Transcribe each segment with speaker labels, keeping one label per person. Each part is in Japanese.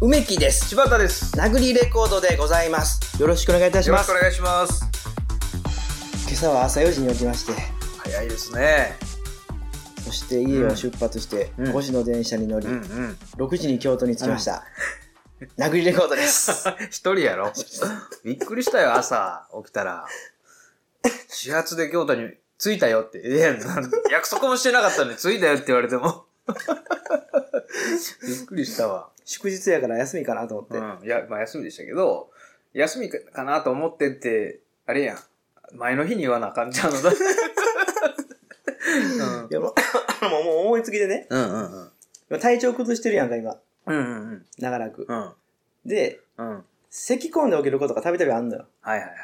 Speaker 1: 梅木です。
Speaker 2: 柴田です。
Speaker 1: なぐりレコードでございます。よろしくお願いいたし
Speaker 2: よろ
Speaker 1: ま
Speaker 2: し
Speaker 1: す
Speaker 2: くお。願いします。
Speaker 1: 今朝は朝4時に起きまして、
Speaker 2: 早いですね。
Speaker 1: そして家を出発して、
Speaker 2: うん
Speaker 1: 5時の電車に乗り、
Speaker 2: ん。
Speaker 1: 6時に京都に着きました。なぐりレコードです。
Speaker 2: 一人やろ。びっくりしたよ、朝起きたら。始発で京都に着いたよって。いや、なん約束もしてなかったのに着いたよって言われ ても。びっくりしたわ。
Speaker 1: 祝日やから休みかなと思って。
Speaker 2: うん。いや、まあ休みでしたけど、休みかなと思ってって、あれやん。前の日に言わなあかんちゃう のだ。う
Speaker 1: い
Speaker 2: ん
Speaker 1: やもう もうもう思いつきでね、
Speaker 2: うんうんうん。
Speaker 1: 体調崩してるやんか、今。
Speaker 2: うんうん
Speaker 1: 長らく
Speaker 2: う。ん。
Speaker 1: で、
Speaker 2: うん。うん。
Speaker 1: 咳込んで起きることがたびたびあんのよ。
Speaker 2: はいはいはい。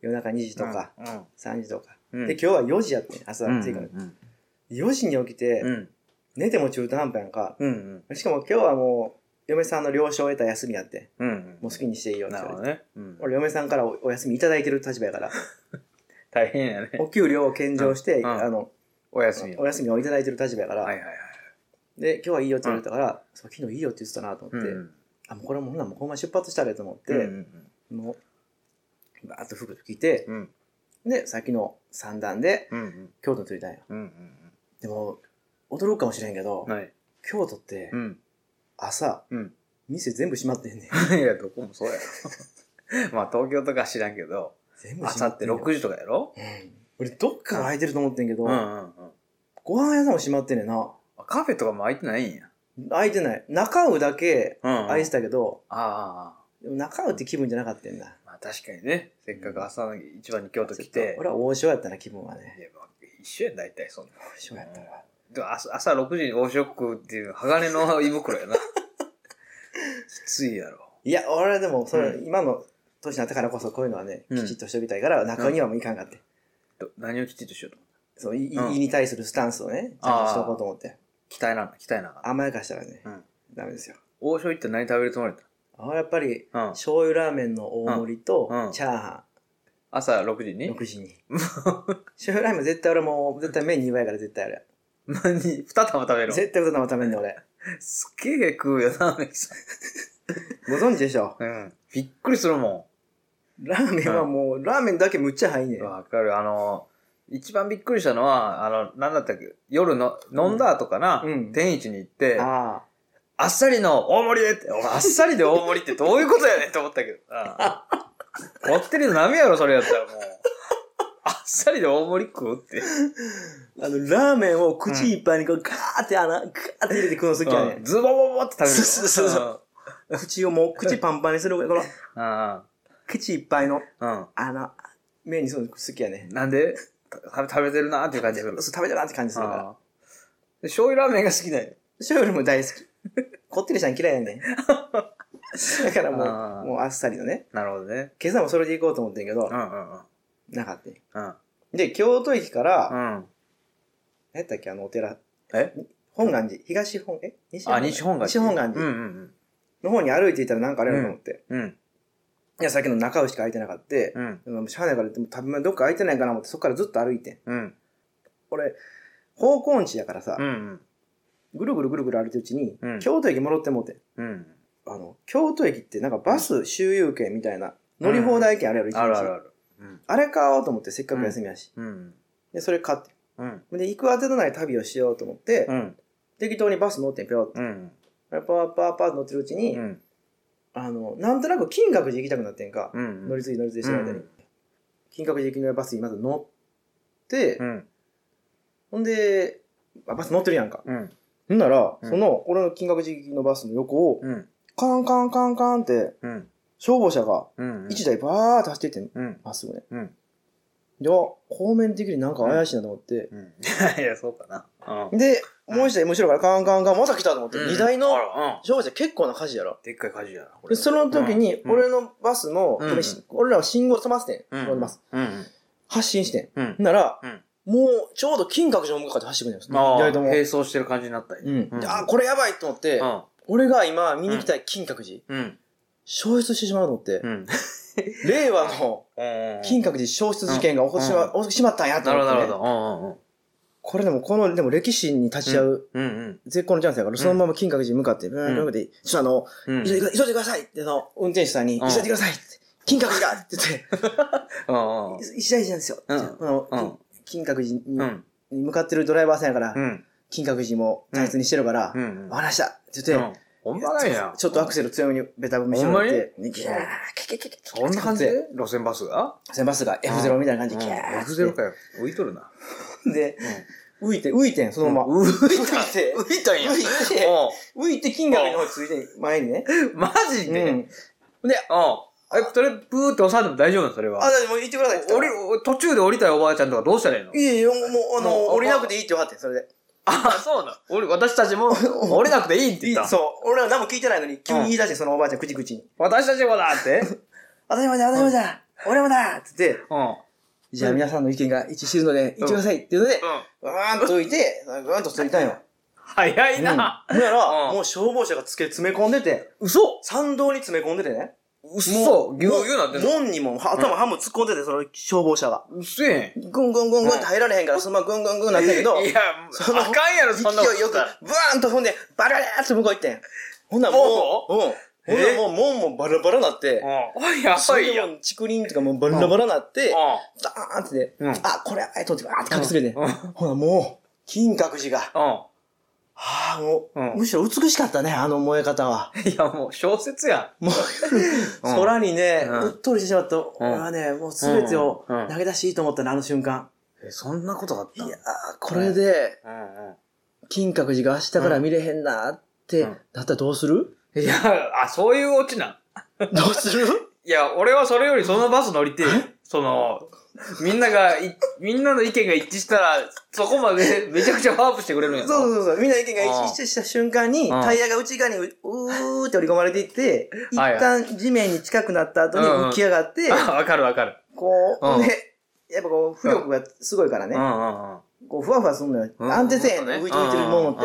Speaker 1: 夜中2時とか、
Speaker 2: うん。うん
Speaker 1: 3時とか。
Speaker 2: うん
Speaker 1: で、今日は4時やってん、朝
Speaker 2: うん
Speaker 1: 着いから。4時に起きて、
Speaker 2: うん
Speaker 1: 寝ても中途半端やんか。
Speaker 2: うん
Speaker 1: しかも今日はもう、嫁さんの了承を得た休みやって、
Speaker 2: うんうん
Speaker 1: もう好きにしていいよって
Speaker 2: な
Speaker 1: 言
Speaker 2: る
Speaker 1: わ
Speaker 2: ほ
Speaker 1: れ
Speaker 2: ど
Speaker 1: て。
Speaker 2: ね、うん、
Speaker 1: 俺、嫁さんからおお休みいただいてる立場やから、
Speaker 2: 大変やね
Speaker 1: お給料を献上して、
Speaker 2: うんうん
Speaker 1: あの、
Speaker 2: お休み
Speaker 1: お休みをいただいてる立場やから、
Speaker 2: はいはいはい
Speaker 1: で、今日はいいよって言われたから、そう昨日いいよって言ってたなと思って、
Speaker 2: うん
Speaker 1: あ、もうこれもうほんならもうほんま出発したらと思って、
Speaker 2: うん
Speaker 1: もう、バーッと服着て、
Speaker 2: うん
Speaker 1: で、さっきの三段で、
Speaker 2: うんうん
Speaker 1: 京都に着いたんよ。
Speaker 2: うんうん
Speaker 1: でも、驚くかもしれんけど
Speaker 2: うん、はい
Speaker 1: 京都って
Speaker 2: う、ん
Speaker 1: 朝、
Speaker 2: うん
Speaker 1: 店全部閉まってんねん。
Speaker 2: いやどこもそうやろ まあ東京とか知らんけど
Speaker 1: 全部閉
Speaker 2: 朝
Speaker 1: ま
Speaker 2: って
Speaker 1: んねん
Speaker 2: 6時とかやろ
Speaker 1: うん。俺、どっから空いてると思ってんけど、
Speaker 2: うんうんうん
Speaker 1: ご飯屋さんも閉まってんねんな。
Speaker 2: あカフェとかも開いてないんや
Speaker 1: 空いてない。中尾だけ
Speaker 2: うんうん
Speaker 1: 空いてたけど、
Speaker 2: ああ
Speaker 1: でも中尾って気分じゃなかったんだ。
Speaker 2: まあ確かにねせっかく朝の一番に京都来て
Speaker 1: 俺は王将やったな、気分はね。
Speaker 2: いやまあ一緒やん大体そんな
Speaker 1: 王将やったわ。
Speaker 2: でも朝朝6時に往食食うっていう鋼の 胃袋やな。きついやろ。
Speaker 1: いや、俺はでも、それ、
Speaker 2: う
Speaker 1: 今の年になったからこそ、こういうのはね、
Speaker 2: うん
Speaker 1: きちっとしておきたいから、中尾にはもういかんかって。
Speaker 2: ど何をきちっとしようと。
Speaker 1: そう、いい
Speaker 2: うん
Speaker 1: 胃に対するスタンスをね、ちゃんとしとこうと思って。
Speaker 2: 鍛えなあかん、鍛えなあかん。
Speaker 1: 甘やかしたらね、
Speaker 2: うん
Speaker 1: ダメですよ。
Speaker 2: 王将行って何食べるつもりだっ
Speaker 1: あやっぱり、
Speaker 2: たうん。
Speaker 1: 醤油ラーメンの大盛りと
Speaker 2: うんうん、
Speaker 1: チャーハ
Speaker 2: 朝6時
Speaker 1: ン、
Speaker 2: に
Speaker 1: 6時に。醤油ラーメン絶対俺もう、絶対麺2倍やから絶対あれ。
Speaker 2: 何 ?2 玉食べる
Speaker 1: 絶対豚のためんねん俺。
Speaker 2: すっげえ食うよな、メキさん。
Speaker 1: ご存知でしょ
Speaker 2: うん。びっくりするも
Speaker 1: ラーメンはもう、ラーメンだけむっちゃ入んねん
Speaker 2: ん。。わかる。あの、一番びっくりしたのは、あの、何だったっけ夜の、飲んだ後かな、
Speaker 1: うんうん
Speaker 2: 天一に行って、
Speaker 1: ああ。
Speaker 2: あっさりの大盛りでって、お前あっさりで大盛りってどういうことやねんって思ったけど。うんこってりの波やろ、それやったらもう。あっさりで大盛り食うって。
Speaker 1: あの、ラーメンを口いっぱいにこう、ガーって穴、ガーって入れて食うの好きやね
Speaker 2: うん
Speaker 1: ん。
Speaker 2: ズボボボって食べる。
Speaker 1: そうそうそう口をもう、口パンパンにするぐらい、この、
Speaker 2: うん。
Speaker 1: 口いっぱいの
Speaker 2: うん。
Speaker 1: 穴、麺にするの好きやね
Speaker 2: うん。なんでた食べ食べてるなっていう感じがする
Speaker 1: そう、。食べたなって感じするから。
Speaker 2: うんで醤油ラーメンが好きだよ。
Speaker 1: 醤油よりも大好き。こってりしたん嫌いや ねん。だからも
Speaker 2: あー
Speaker 1: う、もうあっさりのね。
Speaker 2: なるほどね。
Speaker 1: 今朝もそれで行こうと思ってんけど
Speaker 2: う、んうんうん。
Speaker 1: なかったね。
Speaker 2: うん。
Speaker 1: で、京都駅から、
Speaker 2: うん。
Speaker 1: 何やったっけあのお寺。
Speaker 2: え
Speaker 1: 本願寺。東本、え西
Speaker 2: あ、西本願寺。
Speaker 1: 西本願
Speaker 2: う
Speaker 1: 寺
Speaker 2: んうん
Speaker 1: の方に歩いていたらなんかあれやろうと思って。
Speaker 2: うん。うん。
Speaker 1: いや、さっきの中尾しか空いてなかった。
Speaker 2: うん。
Speaker 1: でもしゃあないから、でも食べどっか空いてないかな思って、そっからずっと歩いてん。
Speaker 2: うん。
Speaker 1: 俺、方向音痴やからさ、
Speaker 2: うん。
Speaker 1: ぐるぐるぐるぐる歩いてるうちに、
Speaker 2: うん
Speaker 1: 京都駅戻ってもうてん。
Speaker 2: うん。
Speaker 1: あの、京都駅ってなんかバス周遊券みたいな、乗り放題券あるやろ、一日。
Speaker 2: あるあるある。うん。
Speaker 1: あれ買おうと思って、せっかく休みやし。
Speaker 2: うん。
Speaker 1: で、それ買って。
Speaker 2: うん。
Speaker 1: で、行く当てのない旅をしようと思って、
Speaker 2: うん。
Speaker 1: 適当にバス乗ってん、ぴょーって。
Speaker 2: うん。
Speaker 1: パーパーパーって乗ってるうちに、
Speaker 2: うん。
Speaker 1: あの、なんとなく金閣寺行きたくなってんか。
Speaker 2: うん。
Speaker 1: 乗り継ぎ乗り継ぎしてる間に。
Speaker 2: うん
Speaker 1: 金閣寺行きのバスにまず乗って、
Speaker 2: うん。
Speaker 1: ほんで、あバス乗ってるやんか。
Speaker 2: うん。
Speaker 1: ほんなら、
Speaker 2: うん
Speaker 1: その、俺の金閣寺行きのバスの横を、
Speaker 2: うん。
Speaker 1: カンカンカンカンって、
Speaker 2: うん。
Speaker 1: 消防車が
Speaker 2: うん。
Speaker 1: 1台バーって走ってってん、
Speaker 2: うん。
Speaker 1: まっすぐね。
Speaker 2: うん。
Speaker 1: で、あ、方面的になんか怪しいなと思って。
Speaker 2: うん。いや、そうかな。うん。
Speaker 1: で、もう1台後ろからカンカンカン、また来たと思って。荷台の
Speaker 2: あらうん。
Speaker 1: 消防車結構な火事やろ。
Speaker 2: でっかい火事やな、こ
Speaker 1: で、その時に、
Speaker 2: うん
Speaker 1: 俺のバスの、
Speaker 2: うん
Speaker 1: 俺し俺らは信号止まって。
Speaker 2: うんん。
Speaker 1: 乗ります。
Speaker 2: うん。
Speaker 1: 発進してん。
Speaker 2: うん
Speaker 1: ほ。んなら
Speaker 2: うん、
Speaker 1: もうちょうど金閣寺の向かって走ってくるんですよ。
Speaker 2: ああ、
Speaker 1: 左とも。
Speaker 2: 並走してる感じになったんや
Speaker 1: うん
Speaker 2: うん
Speaker 1: であ、これやばいと思って、俺が今見に行きたい金閣寺、
Speaker 2: うん。
Speaker 1: 消失してしまうと思って、
Speaker 2: うん。
Speaker 1: 令和の
Speaker 2: うん。
Speaker 1: 金閣寺消失事件が起こってしま,、起
Speaker 2: う
Speaker 1: きてしまったんやと
Speaker 2: なる
Speaker 1: 思っ
Speaker 2: ほど、
Speaker 1: て、ね
Speaker 2: なるほど。
Speaker 1: これでもこの、でも歴史に立ち会う
Speaker 2: うんうん。
Speaker 1: 絶好のチャンスやから、そのまま金閣寺に向かって、ブーンブーンって、ちょっとあの、
Speaker 2: うん。
Speaker 1: 急いで急いでくださいって、その、運転手さんに、
Speaker 2: う
Speaker 1: 急
Speaker 2: ん
Speaker 1: いでくださいって、金閣寺だって言って、
Speaker 2: うん
Speaker 1: 一大事なんですよ。
Speaker 2: うん
Speaker 1: じゃあこの
Speaker 2: うん
Speaker 1: 金金閣寺
Speaker 2: う
Speaker 1: に
Speaker 2: ん。
Speaker 1: に向かってるドライバーさんやから
Speaker 2: う、ん。
Speaker 1: 金閣寺も大切にしてるから、
Speaker 2: う
Speaker 1: わか
Speaker 2: ん。
Speaker 1: りましたって言
Speaker 2: う
Speaker 1: って、
Speaker 2: んほんまなんや。
Speaker 1: ちょっとアクセル強めにベタ踏みしてもらって、ギャー、キャキャキャキャキャ
Speaker 2: そんな感じで路線バスが
Speaker 1: でバスが F0 みたいな感じで、ギャーって。
Speaker 2: F0 かよ。浮いとるな。
Speaker 1: で、浮いて、浮いてん、そのまま。
Speaker 2: うん浮い
Speaker 1: 浮いて、
Speaker 2: 浮いたん や。
Speaker 1: 浮いて浮いて金額の方について、前にね。
Speaker 2: うんマジ
Speaker 1: う
Speaker 2: でうん。
Speaker 1: ん。
Speaker 2: え、それ、ブーって押さんでも大丈夫なのそれ
Speaker 1: あ、
Speaker 2: は。
Speaker 1: でも言ってくださいって言
Speaker 2: 降
Speaker 1: った
Speaker 2: り
Speaker 1: ら。
Speaker 2: 途中で降りたいおばあちゃんとかどうしたらいいの
Speaker 1: いやいや、もう、あ
Speaker 2: も
Speaker 1: の、
Speaker 2: う
Speaker 1: 降りなくていいって言わはってん、それで。
Speaker 2: あ、そうな。俺、私たちも、降りなくていいって言った。
Speaker 1: そう。俺ら何も聞いてないのに、急に言い出して、そのおばあちゃん、口々に。
Speaker 2: 私たちもだ って。
Speaker 1: あたり前だ、あたり前だ、俺もだって言って、
Speaker 2: うん。
Speaker 1: じゃあ皆さんの意見が一致してるので、行ってくださいっていうので、うーんと置いて、うーんと取りたいの。
Speaker 2: 早
Speaker 1: う
Speaker 2: い
Speaker 1: ん。
Speaker 2: な
Speaker 1: だ。から、
Speaker 2: うん
Speaker 1: もう消防車がつけ、詰め込んでて、
Speaker 2: 嘘
Speaker 1: 参道に詰め込んでてね。
Speaker 2: 嘘
Speaker 1: も
Speaker 2: ぎゅうぎゅうなってんの
Speaker 1: 門にも、は頭半分突っ込んでて、その消防車が。
Speaker 2: うっせえ。
Speaker 1: ぐんぐんぐんぐんって入られへんから、そのままぐんぐんぐんなってんけど、
Speaker 2: い
Speaker 1: 勢
Speaker 2: や、
Speaker 1: その
Speaker 2: あかんやろ、そんなこと
Speaker 1: いよく、ブーンと踏んで、バラバラーって向こう行ってん。ほんならもう、うん。
Speaker 2: う
Speaker 1: ほんならもう門もバラバラなって、
Speaker 2: うん。やばいや
Speaker 1: それ。でも竹林とかもうバラバラなって、
Speaker 2: う
Speaker 1: ダーンってね、
Speaker 2: うん
Speaker 1: あ、これ、あれ取って、バーンって隠すれて。
Speaker 2: ん。うん。
Speaker 1: ほら、もう、金閣寺が。はあ、もう、
Speaker 2: うん
Speaker 1: むしろ美しかったね、あの燃え方は。
Speaker 2: いや、もう小説や
Speaker 1: もう、
Speaker 2: うん
Speaker 1: 空にね、
Speaker 2: うん
Speaker 1: うっとりしてしまった。俺はね、もうすべてを
Speaker 2: うんうん
Speaker 1: 投げ出していいと思ったね、あの瞬間。
Speaker 2: ん。え、そんなことがあっ
Speaker 1: いやー、これで、
Speaker 2: うんう
Speaker 1: 金閣寺が明日から見れへんなーって、
Speaker 2: うん
Speaker 1: だったらどうする
Speaker 2: ん。いや、あ、そういうオチなん。
Speaker 1: どうする
Speaker 2: いや、俺はそれよりそのバス乗りてえよ、その、みんながい、みんなの意見が一致したら、そこまでめちゃくちゃワープしてくれるんや
Speaker 1: そう
Speaker 2: ろ
Speaker 1: そうそう。みんな意見が
Speaker 2: うん
Speaker 1: 一致した瞬間に、
Speaker 2: うん
Speaker 1: タイヤが内側にううーって折り込まれていって、一
Speaker 2: はい
Speaker 1: 旦地面に近くなった後に
Speaker 2: うんうん
Speaker 1: 浮き上がって、
Speaker 2: あわかるわかる。
Speaker 1: こう、
Speaker 2: うん
Speaker 1: ね、やっぱこう、浮力がすごいから
Speaker 2: う
Speaker 1: ね
Speaker 2: んう、ん
Speaker 1: こう、ふわふわすんのよ。
Speaker 2: うん。
Speaker 1: 安定せえへんの、浮いて浮いてるものって。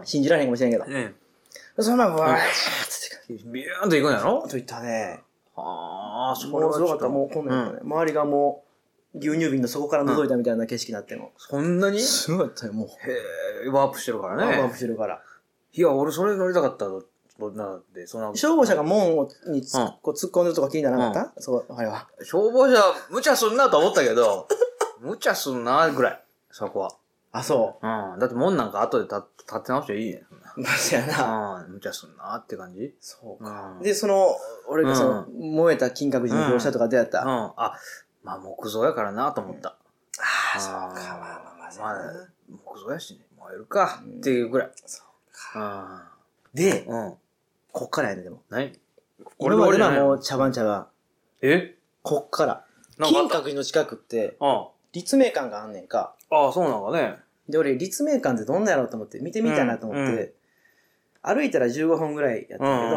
Speaker 2: っ
Speaker 1: 信じられへんかもしれんけど。
Speaker 2: て。ね
Speaker 1: そのまま、わーって、
Speaker 2: ビューンと行くんやろ
Speaker 1: といったね。
Speaker 2: ああ、そ
Speaker 1: もうすごかった。もう、こん
Speaker 2: ん
Speaker 1: なんやったね。周りがもう、牛乳瓶の底から覗いたみたいな景色になっても。
Speaker 2: そんなにへ
Speaker 1: すごかったよ、もう。
Speaker 2: え、ワープしてるから
Speaker 1: ワンワン
Speaker 2: ね。
Speaker 1: してるから。
Speaker 2: いや、俺それ乗りたかったの。そんなんで、そんな。
Speaker 1: 消防車が門をにつ、
Speaker 2: うん
Speaker 1: こう突っ込んでるとか気にならなかった、そう、あれは。
Speaker 2: 消防車、無茶すんなと思ったけど、 無茶すんな、ぐらい。そこは。
Speaker 1: あ、そ
Speaker 2: うん。だって門なんか後で立立て直していいね。
Speaker 1: う。マジやな。
Speaker 2: うん。無茶すんなって感じ。
Speaker 1: そう
Speaker 2: うん。
Speaker 1: か。
Speaker 2: うん。
Speaker 1: で、その、俺がその、
Speaker 2: う
Speaker 1: 燃えた金閣寺の描写とかどうやった、あ
Speaker 2: あ、まあ木造やからなと思った。
Speaker 1: あー、
Speaker 2: ん
Speaker 1: そうか。まあまあまあ、そうやな
Speaker 2: まあ木造やしね、燃えるか。っていうぐらい。
Speaker 1: そう
Speaker 2: うん。
Speaker 1: で、
Speaker 2: うん。
Speaker 1: こっからやね、でも。
Speaker 2: 何
Speaker 1: 俺は今も
Speaker 2: の
Speaker 1: う茶番茶番。
Speaker 2: え
Speaker 1: こっから。
Speaker 2: なんかあ
Speaker 1: 金
Speaker 2: った
Speaker 1: 閣寺の近くって、
Speaker 2: あ
Speaker 1: 立命館があんねんか。
Speaker 2: あ、ああそうなんかね。
Speaker 1: で、俺、立命館ってどんなやろうと思って、見てみたいなと思って、
Speaker 2: うんう
Speaker 1: 歩いたら15分ぐらいやったけど、
Speaker 2: うん。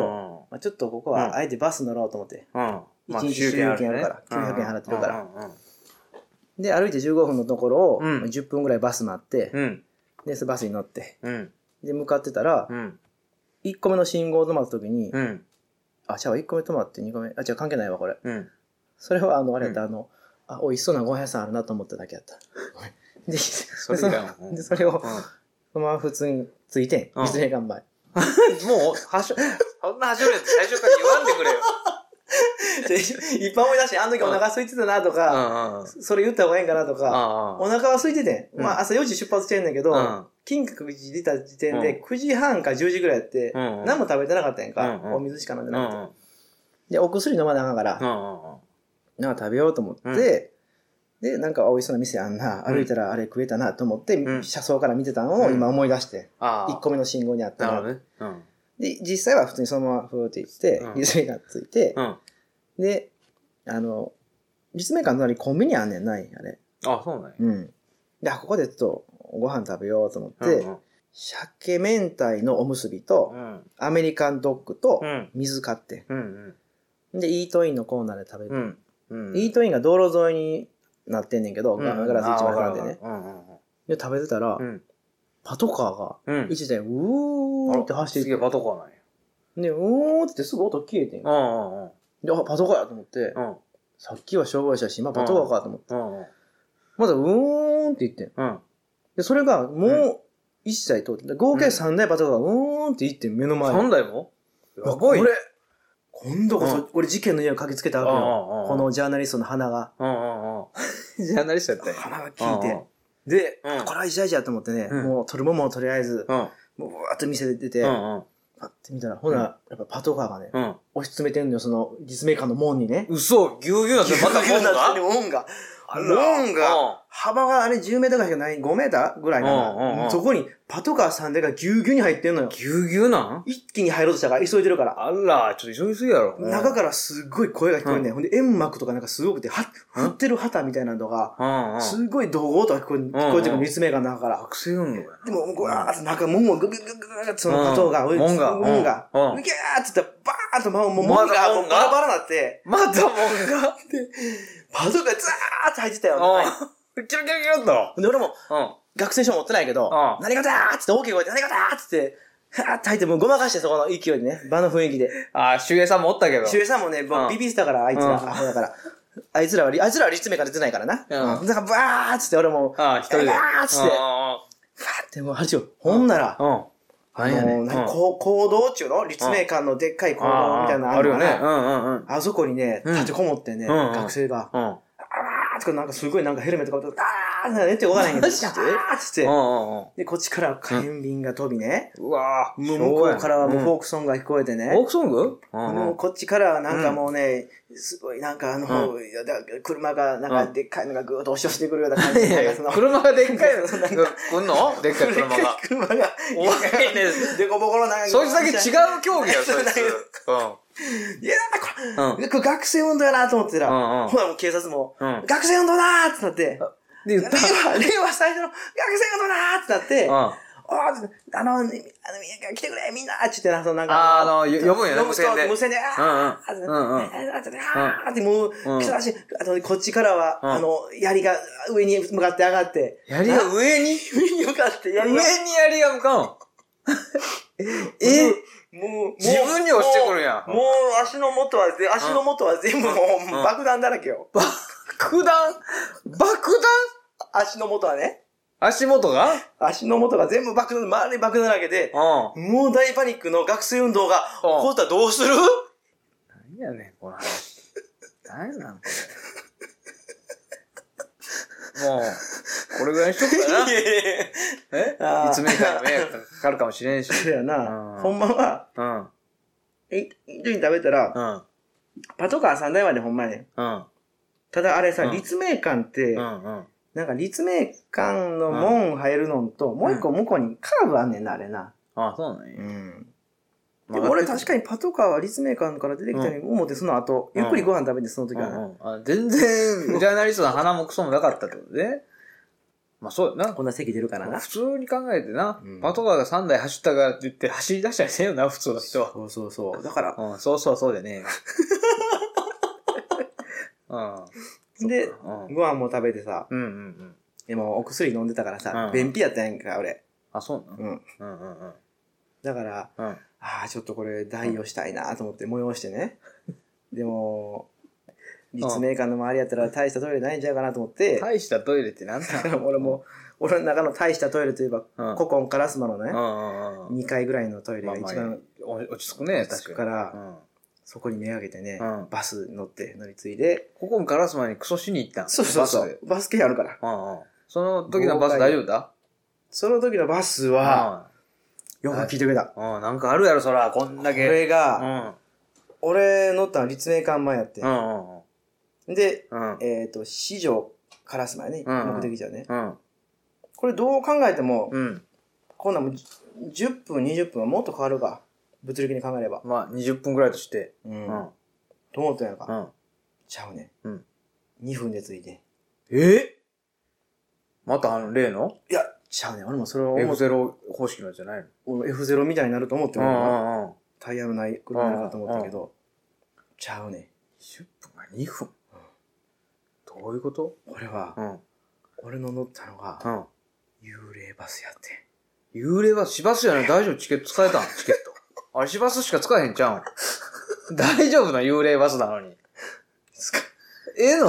Speaker 1: まあ、ちょっとここ
Speaker 2: うん
Speaker 1: はあえてバス乗ろうと思って。
Speaker 2: うん。まあ
Speaker 1: 一日
Speaker 2: 集計
Speaker 1: 集計あるから
Speaker 2: ね
Speaker 1: 900円払ってるから
Speaker 2: うんうんうん
Speaker 1: で、歩いて15分のところを、
Speaker 2: うん
Speaker 1: まあ10分ぐらいバス待って、
Speaker 2: うん。
Speaker 1: で、そのバスに乗って、
Speaker 2: うん。
Speaker 1: で、向かってたら、
Speaker 2: うん。
Speaker 1: 1個目の信号止まった時に、
Speaker 2: うん。
Speaker 1: あ、じゃあ1個目止まって2個目、あ、違う、関係ないわ、これ。
Speaker 2: うん。
Speaker 1: それは、あの、あれやった、
Speaker 2: う
Speaker 1: あの、あ、おいしそうなご飯屋さんあるなと思っただけやった。 で、
Speaker 2: それ以外は
Speaker 1: でそれを、そのまま普通について
Speaker 2: うん
Speaker 1: ん。立命館前。
Speaker 2: もう、はしょ、そんなはしょるやつ最初から言わんでくれよ。
Speaker 1: いっぱい思い出して、あの時お腹空いてたなと
Speaker 2: う
Speaker 1: か、
Speaker 2: んうん。
Speaker 1: それ言った方がええんかなとか、お
Speaker 2: あ
Speaker 1: 腹は空いててん。
Speaker 2: うん
Speaker 1: まあ、朝4時出発してんだけ
Speaker 2: あ。
Speaker 1: ど、金閣寺出た時点で9時半か10時ぐらいやって、
Speaker 2: うんうん
Speaker 1: 何も食べてなかったやんか
Speaker 2: うんう。ん
Speaker 1: お水しか飲んで
Speaker 2: うん。う
Speaker 1: なく
Speaker 2: ん
Speaker 1: て。。で、お薬飲まなあかんから
Speaker 2: う、んうん。
Speaker 1: なんか食べようと思って、で、なんか、おいしそうな店あんな、
Speaker 2: うん
Speaker 1: 歩いたらあれ食えたなと思って、
Speaker 2: うん
Speaker 1: 車窓から見てたのを今思い出して、
Speaker 2: ああ。
Speaker 1: 1個目の信号にあった
Speaker 2: なるほ
Speaker 1: ら、
Speaker 2: どね。うん。
Speaker 1: で、実際は普通にそのままふーって行って
Speaker 2: うん、
Speaker 1: 立命館ついて
Speaker 2: う、ん。あ、
Speaker 1: で、あの、立命館の隣にコンビニあんねんない、あれ。
Speaker 2: そうなんや。
Speaker 1: うん。で、あここでちょっとご飯食べようと思って、
Speaker 2: うん
Speaker 1: 鮭明太のおむすびと
Speaker 2: う、ん。
Speaker 1: アメリカンドッグと
Speaker 2: う、ん。
Speaker 1: 水買って。
Speaker 2: うん。
Speaker 1: で、イートインのコーナーで食べ
Speaker 2: う
Speaker 1: て。
Speaker 2: ん。うん。
Speaker 1: イートインが道路沿いになってんねんけど、
Speaker 2: うん
Speaker 1: ガラス一枚なんでね。
Speaker 2: うんうん
Speaker 1: で、食べてたら
Speaker 2: う、ん。
Speaker 1: パトカーが、
Speaker 2: うん。
Speaker 1: 一台、うーって走っ
Speaker 2: す
Speaker 1: て
Speaker 2: げ
Speaker 1: い
Speaker 2: え
Speaker 1: っ
Speaker 2: パトカーなんや。
Speaker 1: て、で、うーってすぐ音消えてん。で、
Speaker 2: うんうんうん。
Speaker 1: あ、パトカーやと思って
Speaker 2: う、ん。
Speaker 1: さっきは消防車やし、今パトカーかと思って、
Speaker 2: うんうん。
Speaker 1: まだうーんって言ってん。
Speaker 2: うん。
Speaker 1: で、それがもう1台通って、合計3台パトカーがうーんって行って目の前に。
Speaker 2: 三台もやば
Speaker 1: こ
Speaker 2: い
Speaker 1: れ、今度こ
Speaker 2: う
Speaker 1: そ、俺事件の家を駆けつけたわけよ。こ
Speaker 2: こ
Speaker 1: のジャーナリストの花が。
Speaker 2: うんうんうん。ジャーナリストやったんや
Speaker 1: 花が聞いて。
Speaker 2: で、うん
Speaker 1: これは一大事やと思ってね、
Speaker 2: うん
Speaker 1: もう取るもんもとりあえず、
Speaker 2: うん
Speaker 1: もうぶわーっと店出てて、
Speaker 2: うんうん
Speaker 1: パッて見たら、ほな、やっぱパトカーがね、
Speaker 2: うん。
Speaker 1: 押し詰めてんのよ、その、立命館の門にね。
Speaker 2: 嘘、ぎゅうぎゅうなってまた
Speaker 1: ぎゅうぎゅうに
Speaker 2: 門
Speaker 1: なって
Speaker 2: が
Speaker 1: る 門が。
Speaker 2: あら
Speaker 1: 門が、
Speaker 2: うん
Speaker 1: 幅があれ10メーターぐらいしかない、5メーターぐらいか
Speaker 2: うんうんう
Speaker 1: な。
Speaker 2: ん
Speaker 1: そこにパトカー3台がぎゅうぎゅうに入ってんのよ。
Speaker 2: ぎゅうぎゅうなん
Speaker 1: 一気に入ろうとしたから、急いでるから。
Speaker 2: あら、ちょっと急ぎすぎやろ。
Speaker 1: 中からすっごい声が聞こえんねん。ほんで、煙幕とかなんかすごくて、は
Speaker 2: うん
Speaker 1: 振ってる旗みたいなのが、
Speaker 2: うんうん。
Speaker 1: すっごい怒号とか聞こえ聞こえてく
Speaker 2: う
Speaker 1: る、
Speaker 2: んうん
Speaker 1: 立命館の中から。
Speaker 2: 学生運動やな。
Speaker 1: でも、もう、わーって、なんか、門をぐぐぐぐぐって、その加藤が、
Speaker 2: うん門が
Speaker 1: 門が、ギ
Speaker 2: うん
Speaker 1: ャー
Speaker 2: うん
Speaker 1: って言ったら、バーンと、もう、門
Speaker 2: ま
Speaker 1: が、
Speaker 2: だ
Speaker 1: も
Speaker 2: 門
Speaker 1: う
Speaker 2: が
Speaker 1: バラバラなって、
Speaker 2: また門が。
Speaker 1: パトカーザーって入ってたよ。
Speaker 2: うん。キラキラキラっと。
Speaker 1: で、俺も、
Speaker 2: うん。
Speaker 1: 学生証持ってないけど
Speaker 2: う、ん
Speaker 1: 何事だーっつって、大きい声で、何事だーっつって、はーって入って、もうごまかして、そこの勢いでね、場の雰囲気で。
Speaker 2: あー、周平さんもおったけど。
Speaker 1: 周平さんもね、もう
Speaker 2: うん
Speaker 1: ビビってたから、あいつ
Speaker 2: うん
Speaker 1: ら、アホだから。あいつらは、あいつらは立命から出てないからな。
Speaker 2: うん
Speaker 1: うんだから、バーっつって、俺も、
Speaker 2: あー、一人で。
Speaker 1: やだーっつって
Speaker 2: うんうん
Speaker 1: ファーって、もう、話を、ほんなら、
Speaker 2: うん。うん。
Speaker 1: あ
Speaker 2: 何やねん
Speaker 1: の、なん
Speaker 2: うん
Speaker 1: か、こう行動中の立命館のでっかい行動みたいなの
Speaker 2: あーある
Speaker 1: の
Speaker 2: よ
Speaker 1: か
Speaker 2: ね
Speaker 1: な。
Speaker 2: うんうんうん。
Speaker 1: あそこにね、
Speaker 2: うん
Speaker 1: 立てこもってね、
Speaker 2: うんうん
Speaker 1: 学生が、
Speaker 2: うん。
Speaker 1: あーってなんかすごいなんかヘルメットかぶって、あーってねって動かないんやけど
Speaker 2: マ ジで
Speaker 1: あーって
Speaker 2: う
Speaker 1: って、
Speaker 2: んうんうん。
Speaker 1: で、こっちから火炎瓶が飛びね、
Speaker 2: うわ
Speaker 1: もう向こうからはもうフォ
Speaker 2: ー
Speaker 1: ークソングが聞こえてね、
Speaker 2: ク。フォークソングうん
Speaker 1: も
Speaker 2: う。
Speaker 1: うんこっちからはなんかもうね、すごいなんかあの、
Speaker 2: う
Speaker 1: だ車がなんかでっかいのがぐーっと押し寄せてくるような感じ
Speaker 2: いや
Speaker 1: で、
Speaker 2: い
Speaker 1: なん
Speaker 2: や
Speaker 1: かその、
Speaker 2: 車がでっかいの、
Speaker 1: そ
Speaker 2: 来
Speaker 1: うなんか
Speaker 2: んのでっかい車が。
Speaker 1: 車が、
Speaker 2: おいね。
Speaker 1: でこぼこのなんか、
Speaker 2: そいつだけ違
Speaker 1: う。
Speaker 2: う競技や、そいつ。
Speaker 1: いや、これ、
Speaker 2: うん。うん。
Speaker 1: これ学生運動やなと思ってたら、
Speaker 2: うんうん
Speaker 1: ほらもう警察も、
Speaker 2: うん
Speaker 1: 学生運動だーってなって、
Speaker 2: で、
Speaker 1: 令
Speaker 2: 言った。
Speaker 1: 和、令和最初の学生運動だーってなって、
Speaker 2: うん。
Speaker 1: おーってあの、あの、み来てくれ、みんなって言ってな、そのなんか、
Speaker 2: あーあの、よ読むんやね、無線で。
Speaker 1: 無線で、あ
Speaker 2: うんうん。
Speaker 1: ーって、
Speaker 2: うんうん。
Speaker 1: あーってもう、
Speaker 2: ん
Speaker 1: 来たらしい。あと、こっちからは、
Speaker 2: うん
Speaker 1: あの、槍が上に向かって上がって、
Speaker 2: 槍が上に
Speaker 1: 上に向かって
Speaker 2: 上
Speaker 1: 槍
Speaker 2: に
Speaker 1: が、
Speaker 2: 槍が向かうん。 え
Speaker 1: もう、もう
Speaker 2: 自分に落ちてくるやん
Speaker 1: もう、もう足の元は、ぜ足の元は全部もう
Speaker 2: うん
Speaker 1: 爆弾だらけよ。
Speaker 2: 爆弾爆弾
Speaker 1: 足の元はね。
Speaker 2: 足元が
Speaker 1: 足の元が全部爆弾、周り爆弾だらけで、
Speaker 2: う
Speaker 1: もう大パニックの学生運動が起こったらどうする
Speaker 2: ん。何やねん、この話。何 なんこれ。もう、これぐらいにしとく かな。 え
Speaker 1: あー
Speaker 2: 立命館に迷惑かかるかもしれんし。
Speaker 1: そうや
Speaker 2: う
Speaker 1: な。
Speaker 2: ん
Speaker 1: ほんまは、
Speaker 2: うん。うん。
Speaker 1: え、一緒に食べたら、
Speaker 2: う
Speaker 1: パトカー3台までほんまね。
Speaker 2: ん。
Speaker 1: ただあれさ、
Speaker 2: うん
Speaker 1: 立命館って
Speaker 2: う、ん。うん。
Speaker 1: なんか立命館の門入るのと、もう一個向こうにカーブあんねんな、あれな。
Speaker 2: あ、そうなんや。
Speaker 1: でも俺確
Speaker 2: に。
Speaker 1: かにパトカーは立命館から出てきたのに思って、その後、ゆっくりご飯食べて、その時
Speaker 2: う
Speaker 1: は
Speaker 2: ん
Speaker 1: な。
Speaker 2: うん、あ全然、 ジャーナリストの鼻もクソもなかったってことね。まあそうやな。
Speaker 1: こんな席出るからな。
Speaker 2: 普通に考えてな、
Speaker 1: うん
Speaker 2: パトカーが3台走ったからって言って走り出したりせんよな、普通の人は。
Speaker 1: そうそうそう。だから、
Speaker 2: うん、そうそうそうで ね。うん。
Speaker 1: で、
Speaker 2: うん。うん
Speaker 1: ご飯も食べてさ、
Speaker 2: うんうん。
Speaker 1: でもお薬飲んでたからさ
Speaker 2: う、ん
Speaker 1: 便秘やったやんか、俺。
Speaker 2: あ、そうなの
Speaker 1: うん。
Speaker 2: うんうんうん。
Speaker 1: だから、
Speaker 2: うん。
Speaker 1: ああ、ちょっとこれ、代用したいなと思って催してね。でも、立命館の周りやったら大したトイレないんちゃうかなと思って、
Speaker 2: 大したトイレってなんだ
Speaker 1: だから 俺も、俺の中の大したトイレといえば、
Speaker 2: うん
Speaker 1: 古今烏丸の
Speaker 2: う
Speaker 1: ね、
Speaker 2: んうんうん。
Speaker 1: 2階ぐらいのトイレ
Speaker 2: ま
Speaker 1: が
Speaker 2: あまあ
Speaker 1: 一番、
Speaker 2: お落ち着くね、確か
Speaker 1: か
Speaker 2: に。
Speaker 1: ら、
Speaker 2: うん。
Speaker 1: そこに目がけてね、
Speaker 2: うん
Speaker 1: バス乗って乗り継いで、
Speaker 2: ここもガラスマンにクソしに行ったん
Speaker 1: そうそうそ
Speaker 2: バスで
Speaker 1: う、バス系あるから。
Speaker 2: うんうん。その時のバス大丈夫だ
Speaker 1: その時のバスは、よく聞いてくれた。
Speaker 2: うん。うん、なんかあるやろ、そら、こんだ
Speaker 1: こ
Speaker 2: け。
Speaker 1: れ
Speaker 2: う
Speaker 1: が、
Speaker 2: ん。
Speaker 1: 俺乗ったの立命館前やって
Speaker 2: う。んうん
Speaker 1: で、
Speaker 2: うん。
Speaker 1: えっ、と、四条烏丸ね、
Speaker 2: うん
Speaker 1: 目的地はね。
Speaker 2: うん。
Speaker 1: これどう考えても、
Speaker 2: うん。
Speaker 1: こんなんもう10分、20分はもっと変わるか。物理的に考えれば。
Speaker 2: まあ、20分ぐらいとして。
Speaker 1: う。
Speaker 2: うんん。
Speaker 1: と思ったんやんか。
Speaker 2: うん。
Speaker 1: ちゃうね。
Speaker 2: うん。
Speaker 1: 2分で着いて。
Speaker 2: えまたあの、例の
Speaker 1: いや、ちゃうね。俺もそれを思って、
Speaker 2: F0 方式のやつじゃないの
Speaker 1: 俺 F0 みたいになると思って、
Speaker 2: う
Speaker 1: 俺
Speaker 2: んう
Speaker 1: は
Speaker 2: んうん。
Speaker 1: タイヤのない車なのかと思ったけど、ちゃうね。
Speaker 2: 20分が2分どういうこと
Speaker 1: 俺は、
Speaker 2: ん。うん。
Speaker 1: 俺の乗ったのが、幽霊バスやって。
Speaker 2: 幽霊は市バスじゃない大丈夫チケット使えたんチケット。あれ市バスしか使えへんちゃうん。大丈夫な幽霊バスなのに。
Speaker 1: 使
Speaker 2: ええの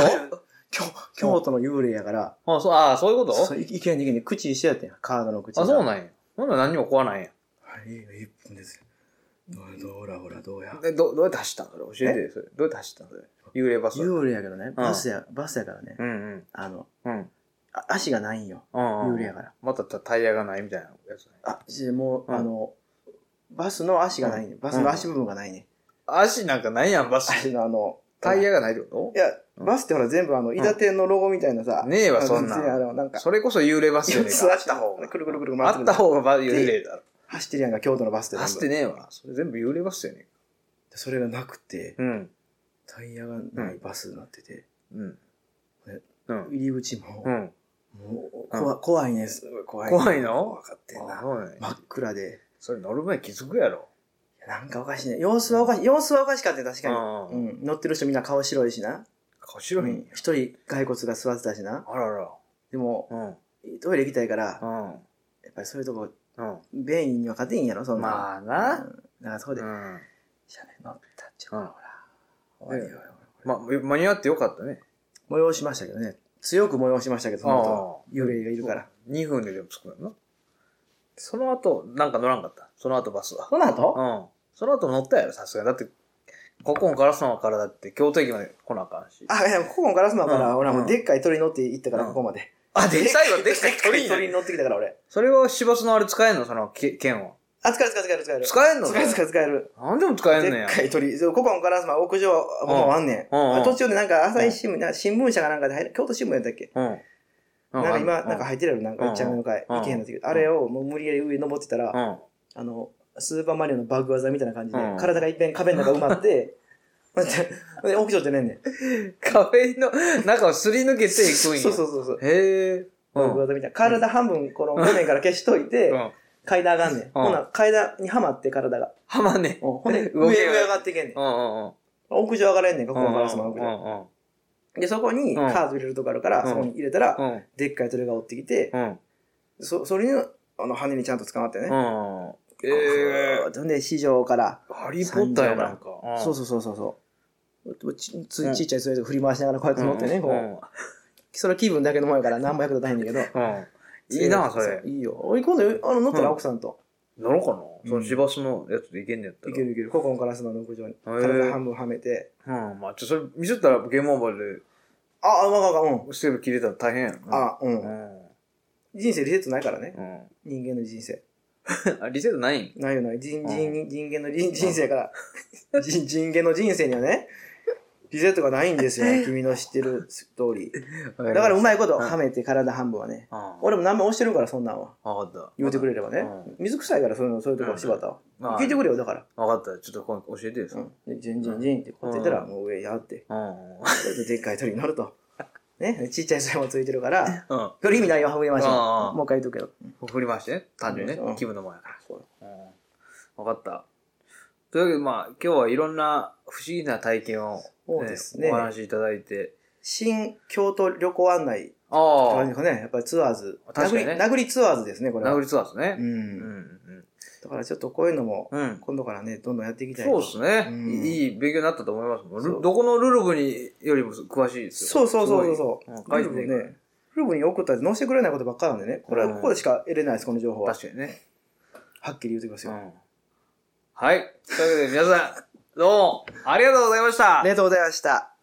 Speaker 1: 京京都の幽霊やから、
Speaker 2: あ、そう、あそういうこと
Speaker 1: そういいけんいけん口一緒やったんや、カードの口が。
Speaker 2: あ、そうなんや。ほんなら何にも壊ないんや。
Speaker 1: はい、一分ですよ。どうどうほらほらどうや。
Speaker 2: で、ど、どうやって走ったんそれ教えてよ、それ。どうやって走ったんそれ。幽霊バス。うん
Speaker 1: 幽霊やけどね、バスや、バスやからね、
Speaker 2: うん。
Speaker 1: あの、
Speaker 2: うん。
Speaker 1: あ足がないんよ、
Speaker 2: うん。
Speaker 1: 幽霊やから。
Speaker 2: またタイヤがないみたいなやつね。
Speaker 1: あ、じゃあもう、
Speaker 2: うん
Speaker 1: あの、バスの足がないね。バスの足部分がないね。
Speaker 2: 足なんかないやん、バス。
Speaker 1: 足のあの、
Speaker 2: タイヤがないってこ
Speaker 1: いや、バスってほら全部あの、板店のロゴみたいなさ。
Speaker 2: とねえわ、そんな
Speaker 1: あの全然あの、なん
Speaker 2: ん。
Speaker 1: か、
Speaker 2: それこそ幽霊バスじゃねえか。
Speaker 1: 座った方 が。くるくるくる回ってく
Speaker 2: あっ
Speaker 1: る
Speaker 2: た方がバ幽霊だろ。
Speaker 1: 走ってるやんか、京都のバスって全部。
Speaker 2: 走ってねえわ。それ全部幽霊バスじゃね
Speaker 1: でそれがなくて
Speaker 2: え、か。うん。
Speaker 1: タイヤがないバスになってて、
Speaker 2: うん
Speaker 1: え。
Speaker 2: うん。
Speaker 1: 入り口も、
Speaker 2: うん。
Speaker 1: もう、怖怖いね。すごい怖いね。
Speaker 2: 怖いの
Speaker 1: 怖かってん
Speaker 2: あ
Speaker 1: な。
Speaker 2: そうね。
Speaker 1: 真っ暗で。
Speaker 2: それ乗る前気づくやろ。
Speaker 1: いやなんかおかしいね。様子はおかしい。様子はおかしかったよ確かに。
Speaker 2: う。
Speaker 1: うんん。乗ってる人みんな顔白いしな。
Speaker 2: 顔
Speaker 1: う
Speaker 2: 白いん
Speaker 1: ん
Speaker 2: や。
Speaker 1: 一人骸骨が座ってたしな。
Speaker 2: あらら。
Speaker 1: でも、
Speaker 2: うん。
Speaker 1: トイレ行きたいから、や
Speaker 2: う
Speaker 1: っぱりそういうとこ、
Speaker 2: ん。
Speaker 1: 便意には勝てんやろ、そ
Speaker 2: うんん。
Speaker 1: な。
Speaker 2: まあ
Speaker 1: あ
Speaker 2: な。
Speaker 1: だからそこで
Speaker 2: う、ん。
Speaker 1: 車内乗ったっちゅう
Speaker 2: うん
Speaker 1: ほら。お
Speaker 2: で
Speaker 1: いおいおい
Speaker 2: まあ、間に合ってよかったね。
Speaker 1: 催しましたけどね。強く催しましたけど、その後。幽霊がいるから。
Speaker 2: 2分ででも着くのよな。その後、なんか乗らんかった。その後バスは。
Speaker 1: その後
Speaker 2: うん。その後乗ったやろ、さすがに。だって、ここからそのからだって、京都駅まで来なあかんし。
Speaker 1: あ、いや、ここもガラスマンから、
Speaker 2: うん
Speaker 1: 俺はもうでっかい鳥に乗って行ったから、
Speaker 2: うん
Speaker 1: ここまで。
Speaker 2: あ、で、最後、できた鳥
Speaker 1: 鳥
Speaker 2: に。
Speaker 1: に乗ってきたから、俺。
Speaker 2: それは市バスのあれ使えんのそのけ剣は。
Speaker 1: あ、使える使える使える。
Speaker 2: 使えんの
Speaker 1: 使える使える使える。
Speaker 2: なんでも使えんの
Speaker 1: でっ
Speaker 2: や。
Speaker 1: かい鳥。そうここもガラスマン、屋上、ここもあんねん。
Speaker 2: うんうんうん
Speaker 1: 途中でなんか、朝日新聞、なんか新聞社かなんかで入る、京都新聞やったっけ
Speaker 2: うん。う
Speaker 1: なんか今、なんか
Speaker 2: 入
Speaker 1: 入ってるやろ、なんか、
Speaker 2: うん
Speaker 1: 一丁目の階、
Speaker 2: うん
Speaker 1: 行けへんのって言うあれをもう無理やり上登ってたら、
Speaker 2: うん。
Speaker 1: あの、スーパーマリオのバグ技みたいな感じで
Speaker 2: うん、
Speaker 1: 体がいっぺん壁の中埋ま って、で、で屋上ってねんねん。
Speaker 2: カフェの中をすり抜けていくんや。
Speaker 1: そうそうそうそう。
Speaker 2: へえ。
Speaker 1: バグ技みたいな。体半分、この画面から消しといて、
Speaker 2: うん。
Speaker 1: 階段上がんねん。ほな、階段にはまって体が。
Speaker 2: はまんね。
Speaker 1: うんほんで、
Speaker 2: 動
Speaker 1: 上
Speaker 2: け
Speaker 1: へ
Speaker 2: ない
Speaker 1: 上上がっていけんねん
Speaker 2: う。んうんうん。
Speaker 1: 屋上上がれんねんか、こ
Speaker 2: うん
Speaker 1: こ
Speaker 2: うん
Speaker 1: か
Speaker 2: う
Speaker 1: らその屋上。
Speaker 2: んうん
Speaker 1: で、そこにカ
Speaker 2: うん
Speaker 1: ード入れるとこあるから、
Speaker 2: うん
Speaker 1: そこに入れたら
Speaker 2: う、ん
Speaker 1: でっかい鳥が追ってきて、
Speaker 2: うん
Speaker 1: そ、それに、あの、羽にちゃんと捕まってね。
Speaker 2: うん。え
Speaker 1: こうふーっとで、市場から、
Speaker 2: ー、ハリー・ポッターやなんか。
Speaker 1: そうそうそうそうそう。ちつちっちゃいそれで振り回しながらこうやって乗ってね、こう。
Speaker 2: う
Speaker 1: それ気分だけのもんやから何も役立たへんねんけど。
Speaker 2: ん。うん。 いいな、それ。
Speaker 1: いいよ。おい、今度、あの、乗った
Speaker 2: う
Speaker 1: ら
Speaker 2: ん
Speaker 1: 奥さんと。
Speaker 2: 乗ろうかな。そ
Speaker 1: うん
Speaker 2: の市バスのやつでいけんねやった
Speaker 1: い
Speaker 2: ら。
Speaker 1: けるいける。古今からその屋上に。
Speaker 2: ー
Speaker 1: 体半分はめて。
Speaker 2: うん。まあ、ちょ、それ見せたらゲームオーバー
Speaker 1: あ、あ、わかんわかん。うん。
Speaker 2: でセーブ切れたら大変やな。あ。
Speaker 1: あ、う。
Speaker 2: うんん。
Speaker 1: 人生リセットないからね。
Speaker 2: うん。
Speaker 1: 人間の人生。
Speaker 2: あ、リセットないん
Speaker 1: ないよない。人、
Speaker 2: う
Speaker 1: 人、人間の人人生 から。人、人間の人生にはね、リセットがないんですよ。 君の知ってるストーリー。
Speaker 2: だ
Speaker 1: だからう
Speaker 2: い。
Speaker 1: まいことはめて体半分はね。
Speaker 2: あ
Speaker 1: 俺も何も押してるから、そんなんは。
Speaker 2: あ、わかった。
Speaker 1: 言うてくれればね
Speaker 2: う。
Speaker 1: 水臭いから、そういうの、そういうとこは柴田は。
Speaker 2: うん
Speaker 1: 聞いてくれよ、だから。
Speaker 2: わかった。ちょっと今度教えてよ。うん。
Speaker 1: うん。で、ジンジンジンってこうやってたら、もう上やって。
Speaker 2: うん。
Speaker 1: それででっかい鳥に乗ると。ね、ちっちゃいそれもついてるから、
Speaker 2: うん。
Speaker 1: より意味内容は省きまし
Speaker 2: あ
Speaker 1: ょ
Speaker 2: あ
Speaker 1: う。もう一回言うとくけど。
Speaker 2: 振り回してね。単純に
Speaker 1: う
Speaker 2: ね
Speaker 1: ん。
Speaker 2: 気分のもんやから。
Speaker 1: そう
Speaker 2: うん。わかった。というわけで、まあ、今日はいろんな不思議な体験を、
Speaker 1: そうですね
Speaker 2: お話しいただいて。
Speaker 1: 新京都旅行案内と
Speaker 2: あ
Speaker 1: か
Speaker 2: あ、
Speaker 1: ね、やっぱりツアーズ。
Speaker 2: 確かにね
Speaker 1: 殴り殴りツアーズですね、これは。
Speaker 2: 殴りツアーです
Speaker 1: う。
Speaker 2: ね。うんん。
Speaker 1: だからちょっとこういうのも、
Speaker 2: うん。うん。
Speaker 1: 今度からね、どんどんやっていきたい。
Speaker 2: そうですね、
Speaker 1: うん
Speaker 2: いい勉強になったと思います。もうル
Speaker 1: そう
Speaker 2: どこのルルブによりも詳しいです
Speaker 1: そ
Speaker 2: よ。
Speaker 1: うそうそうそう
Speaker 2: すごいうん
Speaker 1: フ
Speaker 2: 書い
Speaker 1: ル
Speaker 2: て
Speaker 1: ブ
Speaker 2: て
Speaker 1: ね、フルブに送ったら載せてくれないことばっかなんでね、これは
Speaker 2: うん
Speaker 1: ここでしか得れないです、この情報は。
Speaker 2: 確かにね。
Speaker 1: はっきり言うてきます
Speaker 2: う
Speaker 1: よ。
Speaker 2: ん。はい。というわけで皆さん、どうもありがとうございました
Speaker 1: あり。がとうございました。